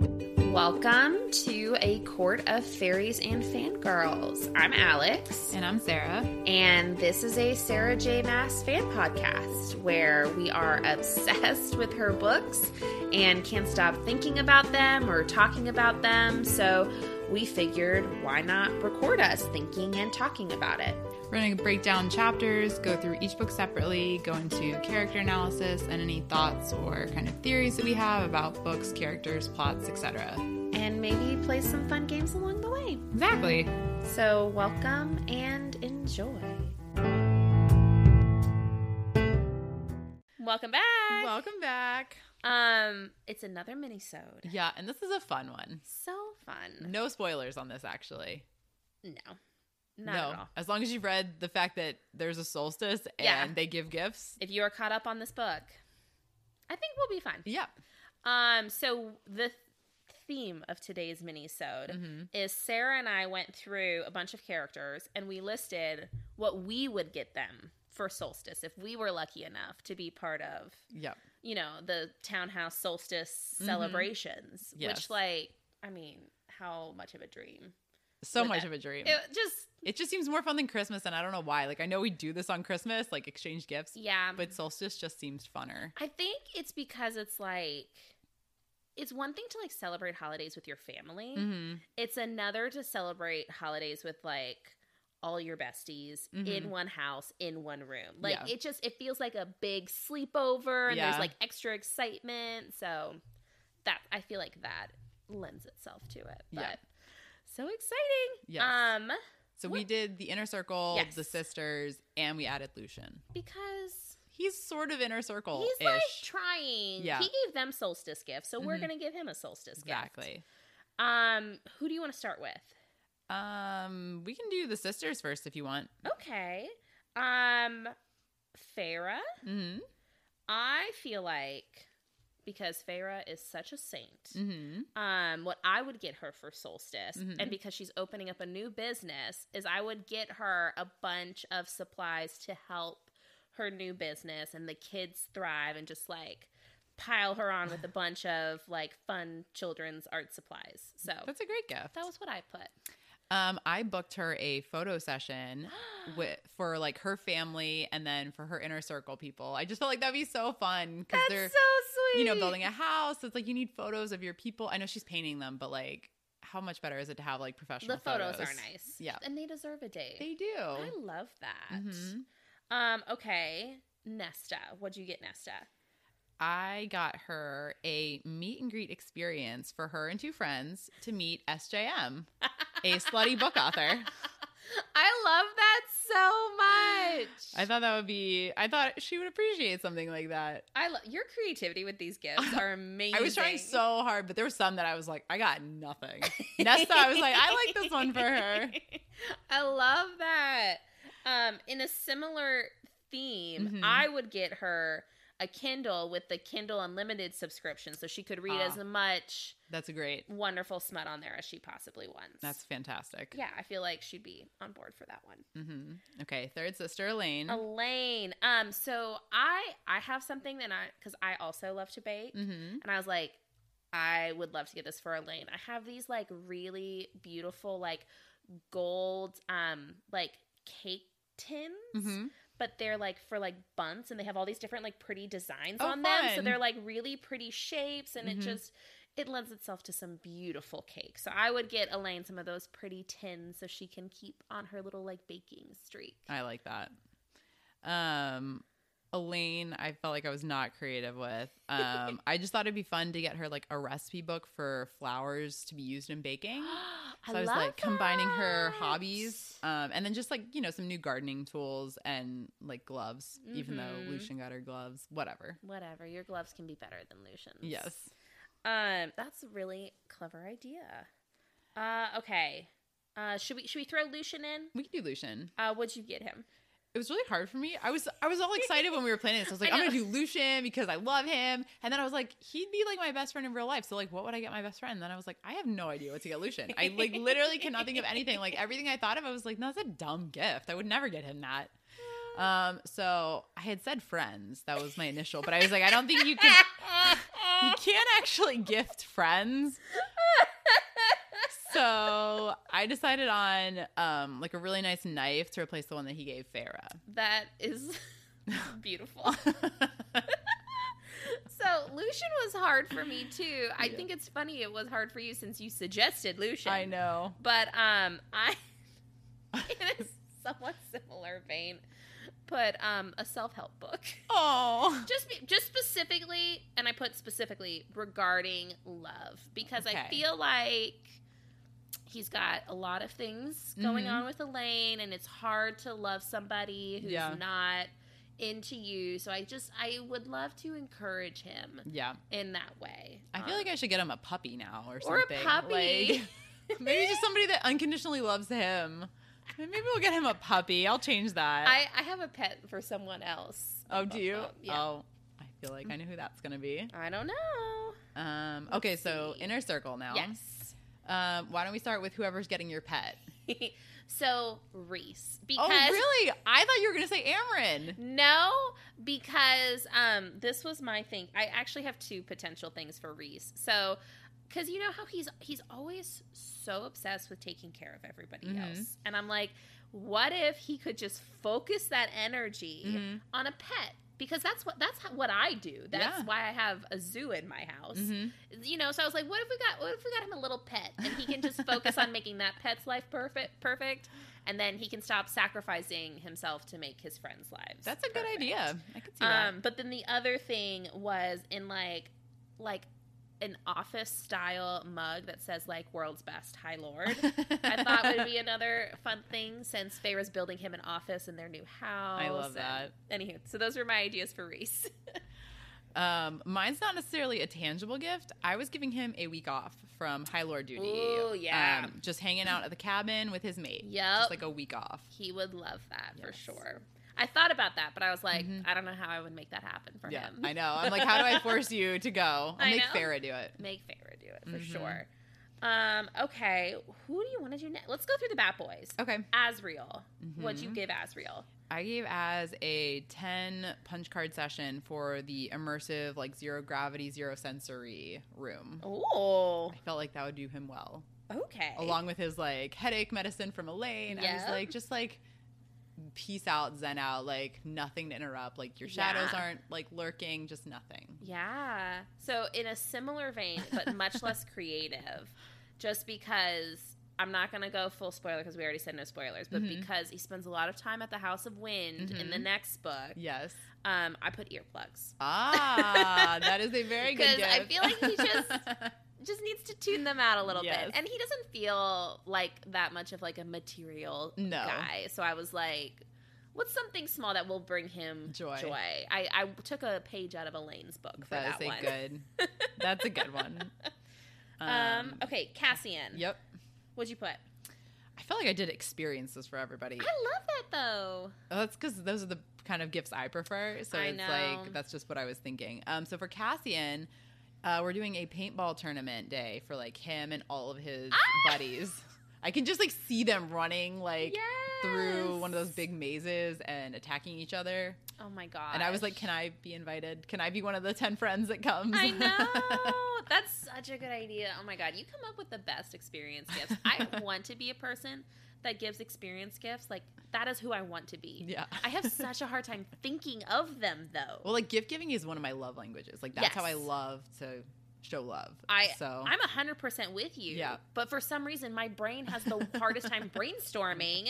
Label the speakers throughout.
Speaker 1: Welcome to A Court of Fairies and Fangirls. I'm Alex,
Speaker 2: And I'm Sarah.
Speaker 1: and this is a Sarah J. Mass fan podcast where we are obsessed with her books and can't stop thinking about them or talking about them. So we figured why not record us thinking and talking about it?
Speaker 2: We're going to break down chapters, go through each book separately, go into character analysis and any thoughts or kind of theories that we have about books, characters, plots, etc.
Speaker 1: And maybe play some fun games along the way.
Speaker 2: Exactly.
Speaker 1: So welcome and enjoy. Welcome back.
Speaker 2: Welcome back.
Speaker 1: Um, it's another minisode.
Speaker 2: Yeah, and this is a fun one.
Speaker 1: So fun.
Speaker 2: No spoilers on this actually.
Speaker 1: No, not
Speaker 2: no.
Speaker 1: at all.
Speaker 2: As long as you've read the fact that there's a solstice and
Speaker 1: Yeah.
Speaker 2: they give gifts.
Speaker 1: If you are caught up on this book, I think we'll be fine.
Speaker 2: Yeah.
Speaker 1: Um, so the theme of today's minisode
Speaker 2: Mhm.
Speaker 1: is Sarah and I went through a bunch of characters and we listed what we would get them for solstice if we were lucky enough to be part of
Speaker 2: Yep.
Speaker 1: you know the townhouse solstice
Speaker 2: Mhm.
Speaker 1: celebrations
Speaker 2: Yes.
Speaker 1: which like i mean how much of a dream
Speaker 2: So
Speaker 1: With
Speaker 2: much
Speaker 1: that-
Speaker 2: of a dream.
Speaker 1: it just
Speaker 2: it just seems more fun than Christmas and I don't know why. Like I know we do this on Christmas, like exchange gifts,
Speaker 1: yeah
Speaker 2: but solstice just seems funner.
Speaker 1: I think it's because it's like it's one thing to like celebrate holidays with your family.
Speaker 2: Mhm.
Speaker 1: It's another to celebrate holidays with like all your besties
Speaker 2: Mhm.
Speaker 1: in one house in one room. Like
Speaker 2: Yeah.
Speaker 1: it just it feels like a big sleepover and
Speaker 2: Yeah.
Speaker 1: there's like extra excitement. So that I feel like that lends itself to it. But
Speaker 2: Yeah.
Speaker 1: so exciting.
Speaker 2: Yes.
Speaker 1: Um
Speaker 2: So we
Speaker 1: What-
Speaker 2: did the inner circle,
Speaker 1: Yes.
Speaker 2: the sisters, and we added Lucian.
Speaker 1: because
Speaker 2: He's sort of inner circle
Speaker 1: he's
Speaker 2: ish.
Speaker 1: like trying.
Speaker 2: Yeah.
Speaker 1: He gave them solstice gifts, so we're
Speaker 2: Mhm.
Speaker 1: gonna give him a solstice gift.
Speaker 2: exactly.
Speaker 1: Um, who do you want to start with?
Speaker 2: Um, we can do the sisters first if you want.
Speaker 1: Okay. Um, Farah.
Speaker 2: hmm
Speaker 1: I feel like because Farah is such a saint.
Speaker 2: hmm
Speaker 1: Um, what I would get her for solstice,
Speaker 2: Mhm.
Speaker 1: and because she's opening up a new business, is I would get her a bunch of supplies to help her new business and the kids thrive, and just like pile her on with a bunch of like fun children's art supplies. So
Speaker 2: That's a great gift.
Speaker 1: Oh. that was what I put.
Speaker 2: um, I booked her a photo session with for like her family and then for her inner circle people. I just felt like that'd be so fun because
Speaker 1: That's so
Speaker 2: they're
Speaker 1: sweet.
Speaker 2: you know building a house. It's like you need photos of your people. I know she's painting them, but like, how much better is it to have like professional?
Speaker 1: the photos,
Speaker 2: photos
Speaker 1: are nice.
Speaker 2: Yeah.
Speaker 1: And they deserve a date.
Speaker 2: They do.
Speaker 1: I love that.
Speaker 2: Mhm.
Speaker 1: Um, okay. Nesta. What'd you get, Nesta?
Speaker 2: I got her a meet and greet experience for her and two friends to meet SJM, a slutty book author.
Speaker 1: I love that so much.
Speaker 2: I thought that would be, I thought she would appreciate something like that.
Speaker 1: I lo- your creativity with these gifts are amazing.
Speaker 2: I was trying so hard, but there were some that I was like, I got nothing. Nesta, I was like, I like this one for her.
Speaker 1: I love that. Um, in a similar theme,
Speaker 2: Mhm.
Speaker 1: I would get her a Kindle with the Kindle Unlimited subscription so she could read
Speaker 2: Ah.
Speaker 1: as much
Speaker 2: That's great.
Speaker 1: wonderful smut on there as she possibly wants.
Speaker 2: That's fantastic.
Speaker 1: yeah, I feel like she'd be on board for that one.
Speaker 2: hmm Okay. Third sister, Elaine.
Speaker 1: Elaine. Um, so I I have something that I because I also love to bake,
Speaker 2: hmm
Speaker 1: and I was like, I would love to get this for Elaine. I have these like really beautiful like gold um like cake tins.
Speaker 2: hmm
Speaker 1: But they're like for like buns, and they have all these different like pretty designs
Speaker 2: Oh,
Speaker 1: on them. So
Speaker 2: fun.
Speaker 1: they're like really pretty shapes, and
Speaker 2: Mhm.
Speaker 1: it just it lends itself to some beautiful cake. So I would get Elaine some of those pretty tins so she can keep on her little like baking streak.
Speaker 2: I like that. Um, a lane I felt like I was not creative with. Um, I just thought it'd be fun to get her like a recipe book for flowers to be used in baking. So I, was
Speaker 1: love
Speaker 2: like combining her
Speaker 1: that.
Speaker 2: hobbies, um, and then just like you know some new gardening tools and like gloves. Even though Lucian got her gloves, whatever.
Speaker 1: Whatever. Your gloves can be better than Lucian's.
Speaker 2: Yes.
Speaker 1: Um, that's a really clever idea. Uh, okay. Uh, should we should we throw Lucian in?
Speaker 2: We can do Lucian.
Speaker 1: Uh, what'd you get him?
Speaker 2: It was really hard for me. I was I was all excited when we were planning this. I was like,
Speaker 1: I
Speaker 2: I'm gonna
Speaker 1: know.
Speaker 2: do Lucian because I love him. And then I was like, he'd be like my best friend in real life. So like what would I get my best friend? And then I was like, I have no idea what to get Lucian. I like literally cannot think of anything. Like everything I thought of, I was like, no, that's a dumb gift. I would never get him that. Um, so I had said friends. That was my initial, but I was like, I don't think you can you can't actually gift friends. So I decided on um like a really nice knife to replace the one that he gave Farah.
Speaker 1: That is beautiful. so Lucian was hard for me too. I
Speaker 2: Yeah.
Speaker 1: think it's funny it was hard for you since you suggested Lucian.
Speaker 2: I know.
Speaker 1: But um I in a somewhat similar vein put um a self-help book.
Speaker 2: Oh.
Speaker 1: Just be, just specifically and I put specifically regarding love because I
Speaker 2: Okay.
Speaker 1: feel like he's got a lot of things going
Speaker 2: Mhm.
Speaker 1: on with Elaine and it's hard to love somebody who's
Speaker 2: Yeah.
Speaker 1: not into you. So I just I would love to encourage him
Speaker 2: Yeah.
Speaker 1: in that way.
Speaker 2: I feel
Speaker 1: Um,
Speaker 2: like I should get him a puppy now or
Speaker 1: or a
Speaker 2: something.
Speaker 1: puppy.
Speaker 2: Like, maybe just somebody that unconditionally loves him. Maybe we'll get him a puppy. I'll change that.
Speaker 1: I, I have a pet for someone else. Um,
Speaker 2: oh, do you?
Speaker 1: Yeah.
Speaker 2: Oh, I feel like I know who that's going to be.
Speaker 1: I don't know.
Speaker 2: Um, okay, so
Speaker 1: see.
Speaker 2: inner circle now.
Speaker 1: Yes.
Speaker 2: Um, why don't we start with whoever's getting your pet?
Speaker 1: so Reese,
Speaker 2: Oh,
Speaker 1: because
Speaker 2: really? I thought you were going to say Amryn.
Speaker 1: no, because um, this was my thing. I actually have two potential things for Reese. So, because you know how he's he's always so obsessed with taking care of everybody
Speaker 2: Mhm.
Speaker 1: else, and I'm like, what if he could just focus that energy
Speaker 2: Mhm.
Speaker 1: on a pet? Because that's what that's how, what I do. That's
Speaker 2: Yeah.
Speaker 1: why I have a zoo in my house.
Speaker 2: Mhm.
Speaker 1: you know so i was like what if we got what if we got him a little pet and he can just focus on making that pet's life perfect perfect and then he can stop sacrificing himself to make his friends lives
Speaker 2: That's a good
Speaker 1: perfect.
Speaker 2: idea. I could see that.
Speaker 1: um but then the other thing was in like like an office style mug that says like world's best high lord i thought would be another fun thing since Feyre's building him an office in their new house and-
Speaker 2: love that.
Speaker 1: anywho so those were my ideas for reese
Speaker 2: Um, mine's not necessarily a tangible gift. I was giving him a week off from High Lord duty.
Speaker 1: Ooh, yeah.
Speaker 2: Um, just hanging out at the cabin with his mate.
Speaker 1: Yep.
Speaker 2: Just like a week off.
Speaker 1: He would love that for
Speaker 2: Yes. Mm-hmm.
Speaker 1: sure. I thought about that, but I was like, I don't know how I would make that happen for
Speaker 2: Yeah,
Speaker 1: him.
Speaker 2: I know. I'm like, how do I force you to go? I'll
Speaker 1: I
Speaker 2: make
Speaker 1: know.
Speaker 2: Farah do it.
Speaker 1: Make Feyre do it for
Speaker 2: Mm-hmm.
Speaker 1: sure. Um, okay, who do you want to do next? Let's go through the Bat Boys.
Speaker 2: Okay. Mm-hmm.
Speaker 1: Asriel, what'd you give Asriel?
Speaker 2: I gave as a 10 punch card session for the immersive, like zero gravity, zero sensory room.
Speaker 1: Oh,
Speaker 2: I felt like that would do him well.
Speaker 1: okay.
Speaker 2: Along with his like headache medicine from Elaine. I was
Speaker 1: Yeah.
Speaker 2: like, just like peace out, zen out, like nothing to interrupt. Like your shadows
Speaker 1: Yeah.
Speaker 2: aren't like lurking, just nothing.
Speaker 1: Yeah. So in a similar vein, but much less creative, just because I'm not going to go full spoiler because we already said no spoilers, but
Speaker 2: Mm-hmm.
Speaker 1: because he spends a lot of time at the House of Wind in the next book,
Speaker 2: Yes.
Speaker 1: um, I put earplugs.
Speaker 2: Ah, that is a very good
Speaker 1: 'Cause I
Speaker 2: gift.
Speaker 1: feel like he just- just needs to tune them out a little
Speaker 2: Yes.
Speaker 1: bit. And he doesn't feel like that much of like a material
Speaker 2: No.
Speaker 1: guy. So I was like, what's something small that will bring him
Speaker 2: Joy.
Speaker 1: I, I took a page out of Elaine's book for that,
Speaker 2: that is a
Speaker 1: one.
Speaker 2: good. That's a good one.
Speaker 1: Um, okay, Cassian.
Speaker 2: Yep.
Speaker 1: What'd you put?
Speaker 2: I feel like I did experience this for everybody.
Speaker 1: I love that though.
Speaker 2: Oh, that's because those are the kind of gifts I prefer. So
Speaker 1: I
Speaker 2: it's
Speaker 1: know.
Speaker 2: like that's just what I was thinking. Um, so for Cassian, uh, we're doing a paintball tournament day for like him and all of his
Speaker 1: Ah!
Speaker 2: buddies. I can just like see them running like through one of those
Speaker 1: Yes.
Speaker 2: big mazes and attacking each other.
Speaker 1: Oh my god.
Speaker 2: And I was like, can I be invited? Can I be one of the ten friends that comes?
Speaker 1: I know. That's such a good idea. Oh my god, you come up with the best experience gifts. I want to be a person that gives experience gifts. Like that is who I want to be.
Speaker 2: Yeah.
Speaker 1: I have such a hard time thinking of them though.
Speaker 2: well, like gift giving is one of my love languages. Like that's how I
Speaker 1: Yes.
Speaker 2: love to show love.
Speaker 1: I
Speaker 2: so
Speaker 1: I'm hundred percent with you.
Speaker 2: Yeah.
Speaker 1: But for some reason my brain has the hardest time brainstorming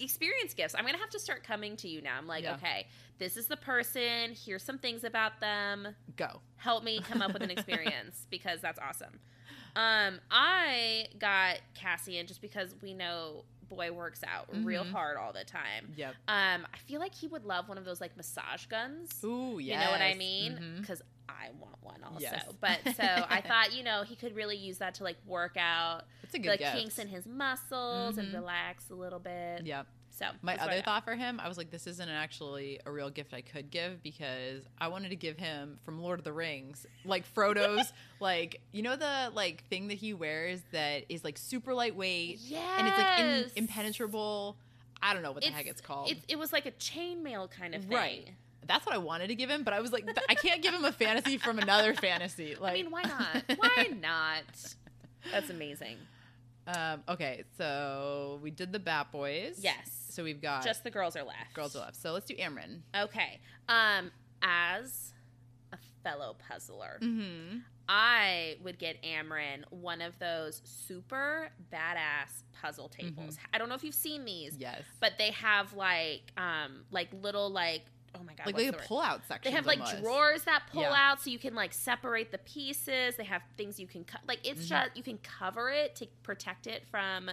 Speaker 1: experience gifts. I'm gonna have to start coming to you now. I'm like,
Speaker 2: Yeah.
Speaker 1: okay, this is the person. Here's some things about them.
Speaker 2: Go.
Speaker 1: Help me come up with an experience because that's awesome. Um, I got Cassian just because we know boy works out real
Speaker 2: Mhm.
Speaker 1: hard all the time.
Speaker 2: Yep.
Speaker 1: Um, I feel like he would love one of those like massage guns.
Speaker 2: Ooh, yeah.
Speaker 1: You know what I mean?
Speaker 2: Mm-hmm.
Speaker 1: Because I want one also.
Speaker 2: Yes.
Speaker 1: But so I thought, you know, he could really use that to like work out
Speaker 2: It's a good
Speaker 1: the
Speaker 2: gift.
Speaker 1: kinks in his muscles and
Speaker 2: Mhm.
Speaker 1: relax a little bit.
Speaker 2: Yep.
Speaker 1: So
Speaker 2: My
Speaker 1: that's what I got.
Speaker 2: other thought for him, I was like, this isn't actually a real gift I could give because I wanted to give him from Lord of the Rings, like Frodo's, like you know the like thing that he wears that is like super lightweight
Speaker 1: Yes.
Speaker 2: and it's like in- impenetrable. I don't know what the heck it's called.
Speaker 1: It, it was like a chainmail kind of thing.
Speaker 2: Right. That's what I wanted to give him, but I was like, th- I can't give him a fantasy from another fantasy. Like,
Speaker 1: I mean, why not? why not? That's amazing.
Speaker 2: Um, okay, so we did the Bat Boys.
Speaker 1: Yes.
Speaker 2: So we've got
Speaker 1: Just the girls are left.
Speaker 2: girls are left. So let's do Amryn.
Speaker 1: Okay. Um, as a fellow puzzler,
Speaker 2: Mm-hmm.
Speaker 1: I would get Amryn one of those super badass puzzle tables. I don't know if you've seen these,
Speaker 2: Mm-hmm. Yes.
Speaker 1: but they have like um like little like oh my god, what's
Speaker 2: like they
Speaker 1: the
Speaker 2: have
Speaker 1: word?
Speaker 2: pull-out sections.
Speaker 1: They have like
Speaker 2: almost.
Speaker 1: drawers that pull
Speaker 2: Yeah.
Speaker 1: out so you can like separate the pieces. They have things you can cut. Like it's
Speaker 2: Mhm.
Speaker 1: just you can cover it to protect it from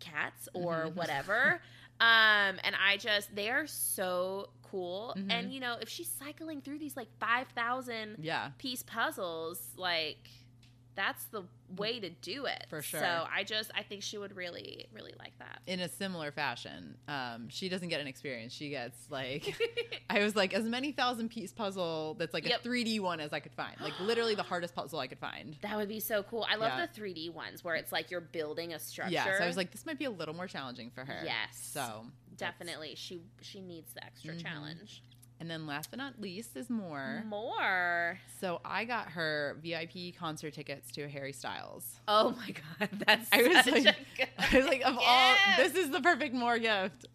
Speaker 1: cats or
Speaker 2: Mhm.
Speaker 1: whatever. um and I just they are so cool.
Speaker 2: Mhm.
Speaker 1: And you know, if she's cycling through these like 5,000
Speaker 2: Yeah.
Speaker 1: piece puzzles, like that's the way to do it.
Speaker 2: For sure.
Speaker 1: So I just I think she would really really like that.
Speaker 2: In a similar fashion, um, she doesn't get an experience. She gets like, I was like, as many thousand piece puzzle that's like
Speaker 1: Yep.
Speaker 2: a 3D one as I could find. Like, literally the hardest puzzle I could find.
Speaker 1: That would be so cool. I love
Speaker 2: Yeah.
Speaker 1: the 3D ones where it's like you're building a structure.
Speaker 2: Yeah. So I was like, this might be a little more challenging for her.
Speaker 1: Yes.
Speaker 2: So that's-
Speaker 1: Definitely, she she needs the extra
Speaker 2: Mhm.
Speaker 1: challenge.
Speaker 2: And then last but not least is more.
Speaker 1: Mm. More.
Speaker 2: So I got her VIP concert tickets to Harry Styles.
Speaker 1: Oh my god, that's
Speaker 2: I was
Speaker 1: such
Speaker 2: like-
Speaker 1: a good-
Speaker 2: I was like, of
Speaker 1: Yes.
Speaker 2: all, this is the perfect more gift.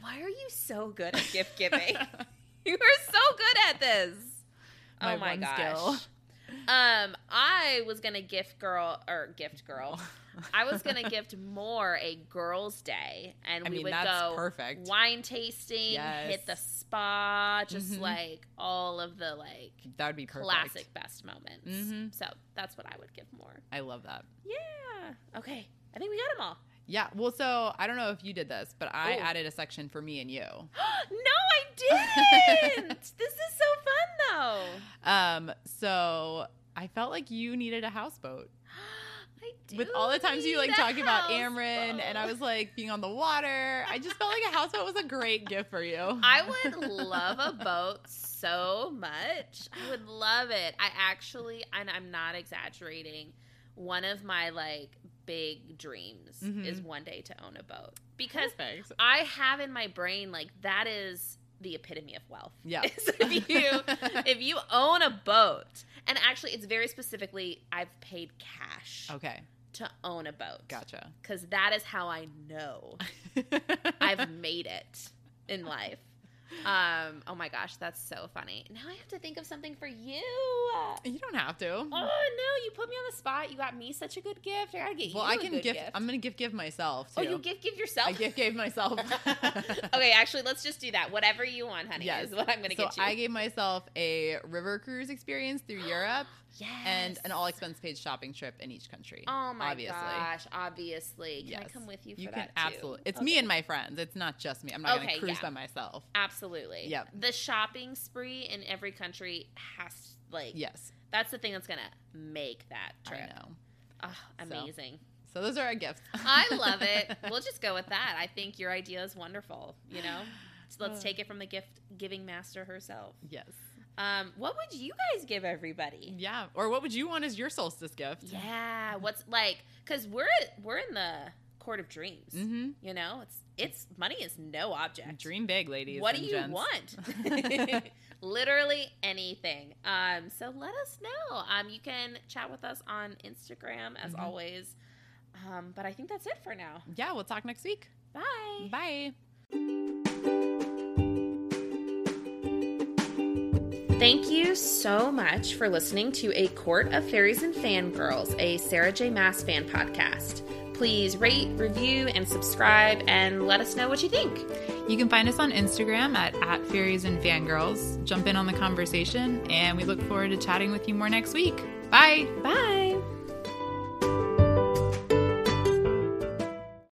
Speaker 1: Why are you so good at gift giving? you are so good at this.
Speaker 2: My
Speaker 1: oh my
Speaker 2: one
Speaker 1: gosh.
Speaker 2: skill.
Speaker 1: Um, I was gonna gift girl or gift girl. I was gonna gift more a girls' day, and
Speaker 2: I
Speaker 1: we
Speaker 2: mean,
Speaker 1: would
Speaker 2: that's
Speaker 1: go
Speaker 2: perfect.
Speaker 1: wine tasting, hit
Speaker 2: Yes.
Speaker 1: the spa, just
Speaker 2: Mhm.
Speaker 1: like all of the like
Speaker 2: That would be perfect.
Speaker 1: classic best moments.
Speaker 2: Mhm.
Speaker 1: So that's what I would give more.
Speaker 2: I love that.
Speaker 1: Yeah. Okay. I think we got them all.
Speaker 2: Yeah. Well, so I don't know if you did this, but I
Speaker 1: Ooh.
Speaker 2: added a section for me and you.
Speaker 1: no, I didn't. this is so fun,
Speaker 2: Um, so I felt like you needed a houseboat
Speaker 1: though. I do.
Speaker 2: with all the times you like
Speaker 1: need a
Speaker 2: talking about
Speaker 1: houseboat.
Speaker 2: Amryn, and I was like being on the water. I just felt like a houseboat was a great gift for you.
Speaker 1: I would love a boat so much. I would love it. I actually, and I'm not exaggerating, one of my like big dreams
Speaker 2: Mhm.
Speaker 1: is one day to own a boat because
Speaker 2: perfect.
Speaker 1: I have in my brain like that is the epitome of wealth.
Speaker 2: Yeah.
Speaker 1: Is if you if you own a boat, and actually it's very specifically I've paid cash
Speaker 2: Okay.
Speaker 1: to own a boat.
Speaker 2: Gotcha.
Speaker 1: Cuz that is how I know I've made it in life. Um oh my gosh, that's so funny. Now I have to think of something for you. Oh
Speaker 2: You don't have to.
Speaker 1: no, you put me on the spot. You got me such a good gift. I got to get
Speaker 2: well,
Speaker 1: you
Speaker 2: I
Speaker 1: a
Speaker 2: can
Speaker 1: good
Speaker 2: gift,
Speaker 1: gift.
Speaker 2: I'm gonna gift give myself too.
Speaker 1: Oh, you give give yourself.
Speaker 2: I gift gave myself.
Speaker 1: okay, actually, let's just do that. Whatever you want, honey,
Speaker 2: Yes.
Speaker 1: is what I'm going to
Speaker 2: so
Speaker 1: get you.
Speaker 2: I gave myself a river cruise experience through Europe
Speaker 1: yes.
Speaker 2: and an all expense paid shopping trip in each country.
Speaker 1: Oh my
Speaker 2: obviously.
Speaker 1: gosh! Obviously, can I
Speaker 2: Yes.
Speaker 1: come with you? For
Speaker 2: You
Speaker 1: that
Speaker 2: can
Speaker 1: too?
Speaker 2: absolutely. It's
Speaker 1: Okay.
Speaker 2: me and my friends. It's not just me. I'm not
Speaker 1: Okay,
Speaker 2: gonna cruise
Speaker 1: yeah.
Speaker 2: by myself.
Speaker 1: Absolutely.
Speaker 2: Yep.
Speaker 1: The shopping spree in every country has like
Speaker 2: Yes,
Speaker 1: That's the thing that's gonna make that trip.
Speaker 2: I know.
Speaker 1: Oh, amazing.
Speaker 2: So those are our gifts.
Speaker 1: I love it. We'll just go with that. I think your idea is wonderful. You know, so let's take it from the gift giving master herself.
Speaker 2: yes.
Speaker 1: Um, what would you guys give everybody?
Speaker 2: Yeah. Or what would you want as your solstice gift?
Speaker 1: Yeah, what's like? Because we're we're in the court of dreams.
Speaker 2: Mm-hmm.
Speaker 1: You know, it's it's money is no object.
Speaker 2: Dream big, ladies.
Speaker 1: what do
Speaker 2: and
Speaker 1: you
Speaker 2: gents.
Speaker 1: want? Literally anything. Um, so let us know. Um, you can chat with us on Instagram as
Speaker 2: Mhm.
Speaker 1: always. Um, but I think that's it for now.
Speaker 2: Yeah. We'll talk next week.
Speaker 1: Bye.
Speaker 2: Bye.
Speaker 1: Thank you so much for listening to A Court of Fairies and Fangirls, a Sarah J. Mass fan podcast. Please rate, review, and subscribe and let us know what you think.
Speaker 2: You can find us on Instagram at, at Fairies and Fangirls. Jump in on the conversation, and we look forward to chatting with you more next week. Bye.
Speaker 1: Bye.